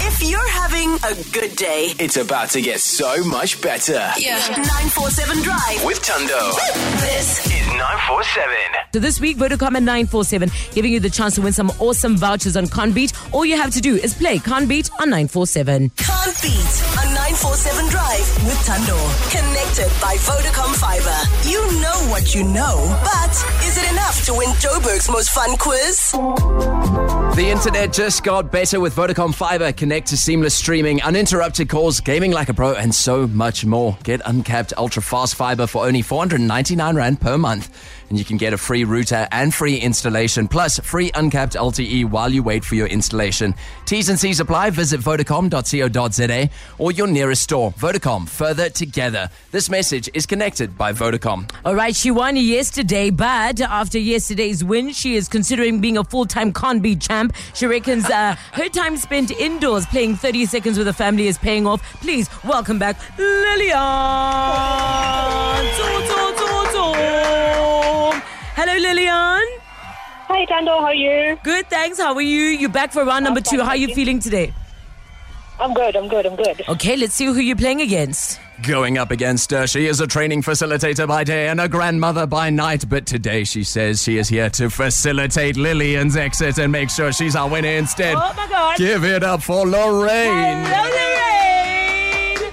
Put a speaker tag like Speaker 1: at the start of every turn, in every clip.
Speaker 1: If you're having a good day,
Speaker 2: It's about to get so much better.
Speaker 1: yeah. 947 Drive.
Speaker 2: With Tundo.
Speaker 1: This
Speaker 2: Is 947.
Speaker 3: So this week, Vodacom and 947 giving you the chance to win some awesome vouchers on Conbeat. All you have to do is play Conbeat on 947.
Speaker 1: can't beat a 947 Drive with Tando. Connected by Vodacom Fiber. You know what you know, but is it enough to win Joburg's most fun quiz?
Speaker 4: The internet just got better with Vodacom Fiber. Connect to seamless streaming, uninterrupted calls, gaming like a pro, and so much more. Get uncapped ultra fast fiber for only 499 Rand per month. And you can get a free router and free installation, plus free uncapped LTE while you wait for your installation. T's and C's apply. Visit vodacom.co.za or your nearest store. Vodacom, further together. This message is connected by Vodacom.
Speaker 3: All right, she won yesterday, but after yesterday's win, she is considering being a full-time Conbeat champ. She reckons uh, her time spent indoors playing 30 seconds with the family is paying off. Please welcome back Lillian. Zoom, zoom, zoom, zoom. Hello, Lillian.
Speaker 5: Hi, Dando, how are you?
Speaker 3: Good, thanks. How are you? You're back for round number two. How are you feeling today?
Speaker 5: I'm good, I'm good, I'm good.
Speaker 3: Okay, let's see who you're playing against.
Speaker 4: Going up against her, she is a training facilitator by day and a grandmother by night. But today she says she is here to facilitate Lillian's exit and make sure she's our winner instead.
Speaker 3: Oh my God.
Speaker 4: Give it up for Lorraine.
Speaker 3: Hello, Lillian.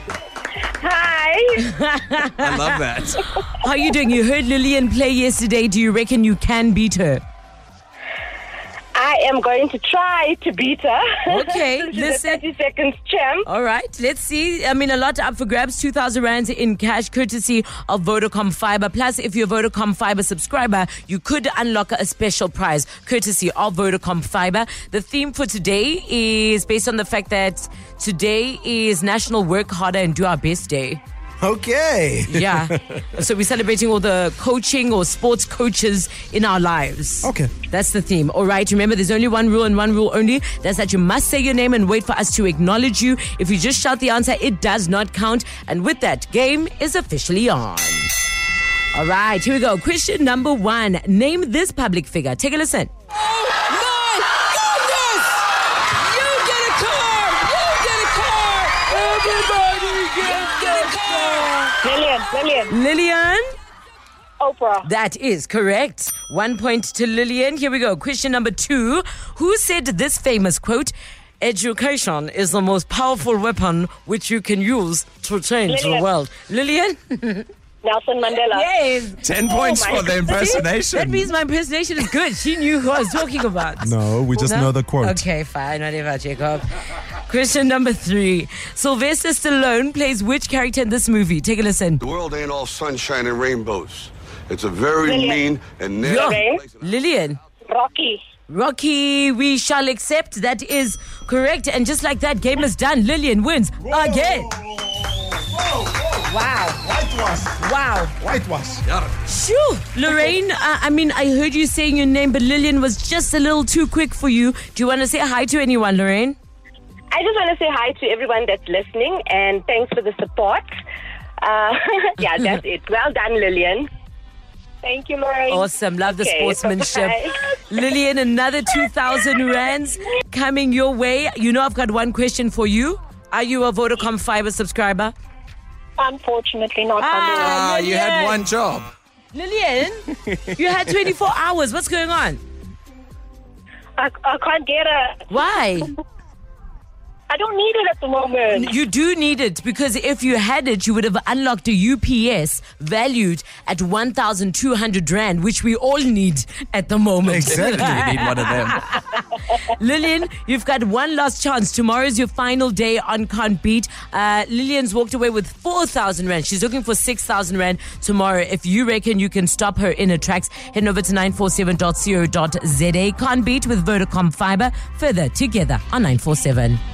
Speaker 5: Hi!
Speaker 4: I love that.
Speaker 3: How are you doing? You heard Lillian play yesterday. Do you reckon you can beat her?
Speaker 5: I am going to try to beat her.
Speaker 3: Okay,
Speaker 5: She's
Speaker 3: listen.
Speaker 5: A 30 seconds champ.
Speaker 3: All right, let's see. I mean, a lot up for grabs. 2,000 rands in cash, courtesy of Vodacom Fiber. Plus, if you're a Vodacom Fiber subscriber, you could unlock a special prize, courtesy of Vodacom Fiber. The theme for today is based on the fact that today is National Work Harder and Do Our Best Day.
Speaker 6: Okay.
Speaker 3: Yeah. so we're celebrating all the coaching or sports coaches in our lives.
Speaker 6: Okay.
Speaker 3: That's the theme. All right. Remember, there's only one rule and one rule only. That's that you must say your name and wait for us to acknowledge you. If you just shout the answer, it does not count. And with that, game is officially on. All right. Here we go. Question number one. Name this public figure. Take a listen.
Speaker 5: Lillian, Lillian,
Speaker 3: Lillian?
Speaker 5: Oprah.
Speaker 3: That is correct. One point to Lillian. Here we go. Question number two. Who said this famous quote? Education is the most powerful weapon which you can use to change the
Speaker 5: Lillian.
Speaker 3: world. Lillian?
Speaker 5: Nelson Mandela.
Speaker 3: Yes.
Speaker 4: Ten points
Speaker 5: my
Speaker 4: for the impersonation.
Speaker 3: That means my impersonation is good. She knew who I was talking about.
Speaker 6: No, we just
Speaker 3: No?
Speaker 6: know the quote.
Speaker 3: Okay, fine. Whatever, Jacob. Question number three. Sylvester Stallone plays which character in this movie? Take a listen.
Speaker 7: The world ain't all sunshine and rainbows. It's a very
Speaker 5: Lillian.
Speaker 7: mean and nasty
Speaker 5: Lorraine.
Speaker 7: place.
Speaker 3: Lillian.
Speaker 5: Rocky.
Speaker 3: Rocky, we shall accept. That is correct. And just like that, game is done. Lillian wins again. Wow.
Speaker 6: Whitewash.
Speaker 3: Wow.
Speaker 6: Whitewash.
Speaker 3: Shoo. Lorraine, uh, I mean, I heard you saying your name, but Lillian was just a little too quick for you. Do you want to say hi to anyone, Lorraine?
Speaker 5: I just want to say hi to everyone that's listening and thanks for the support. Uh, yeah, that's it. Well done, Lillian. Thank you, Lorraine.
Speaker 3: Awesome. Love the
Speaker 5: Okay,
Speaker 3: sportsmanship.
Speaker 5: bye.
Speaker 3: Lillian, another 2,000 rands coming your way. You know, I've got one question for you. Are you a Vodacom Fiber subscriber?
Speaker 5: Unfortunately, not
Speaker 3: Ah,
Speaker 4: Ah, you had
Speaker 3: Lillian.
Speaker 4: one job.
Speaker 3: Lillian, you had 24 hours. What's going on?
Speaker 5: I, I can't get it.
Speaker 3: Why?
Speaker 5: I don't need it at the moment.
Speaker 3: You do need it because if you had it, you would have unlocked a UPS valued at 1,200 Rand, which we all need at the moment.
Speaker 4: Exactly. You need one of them.
Speaker 3: Lillian, you've got one last chance. Tomorrow is your final day on Can't Beat. Uh, Lillian's walked away with 4,000 Rand. She's looking for 6,000 Rand tomorrow. If you reckon you can stop her in her tracks, head over to 947.co.za. Can't Beat with Vodacom Fiber. Further together on 947.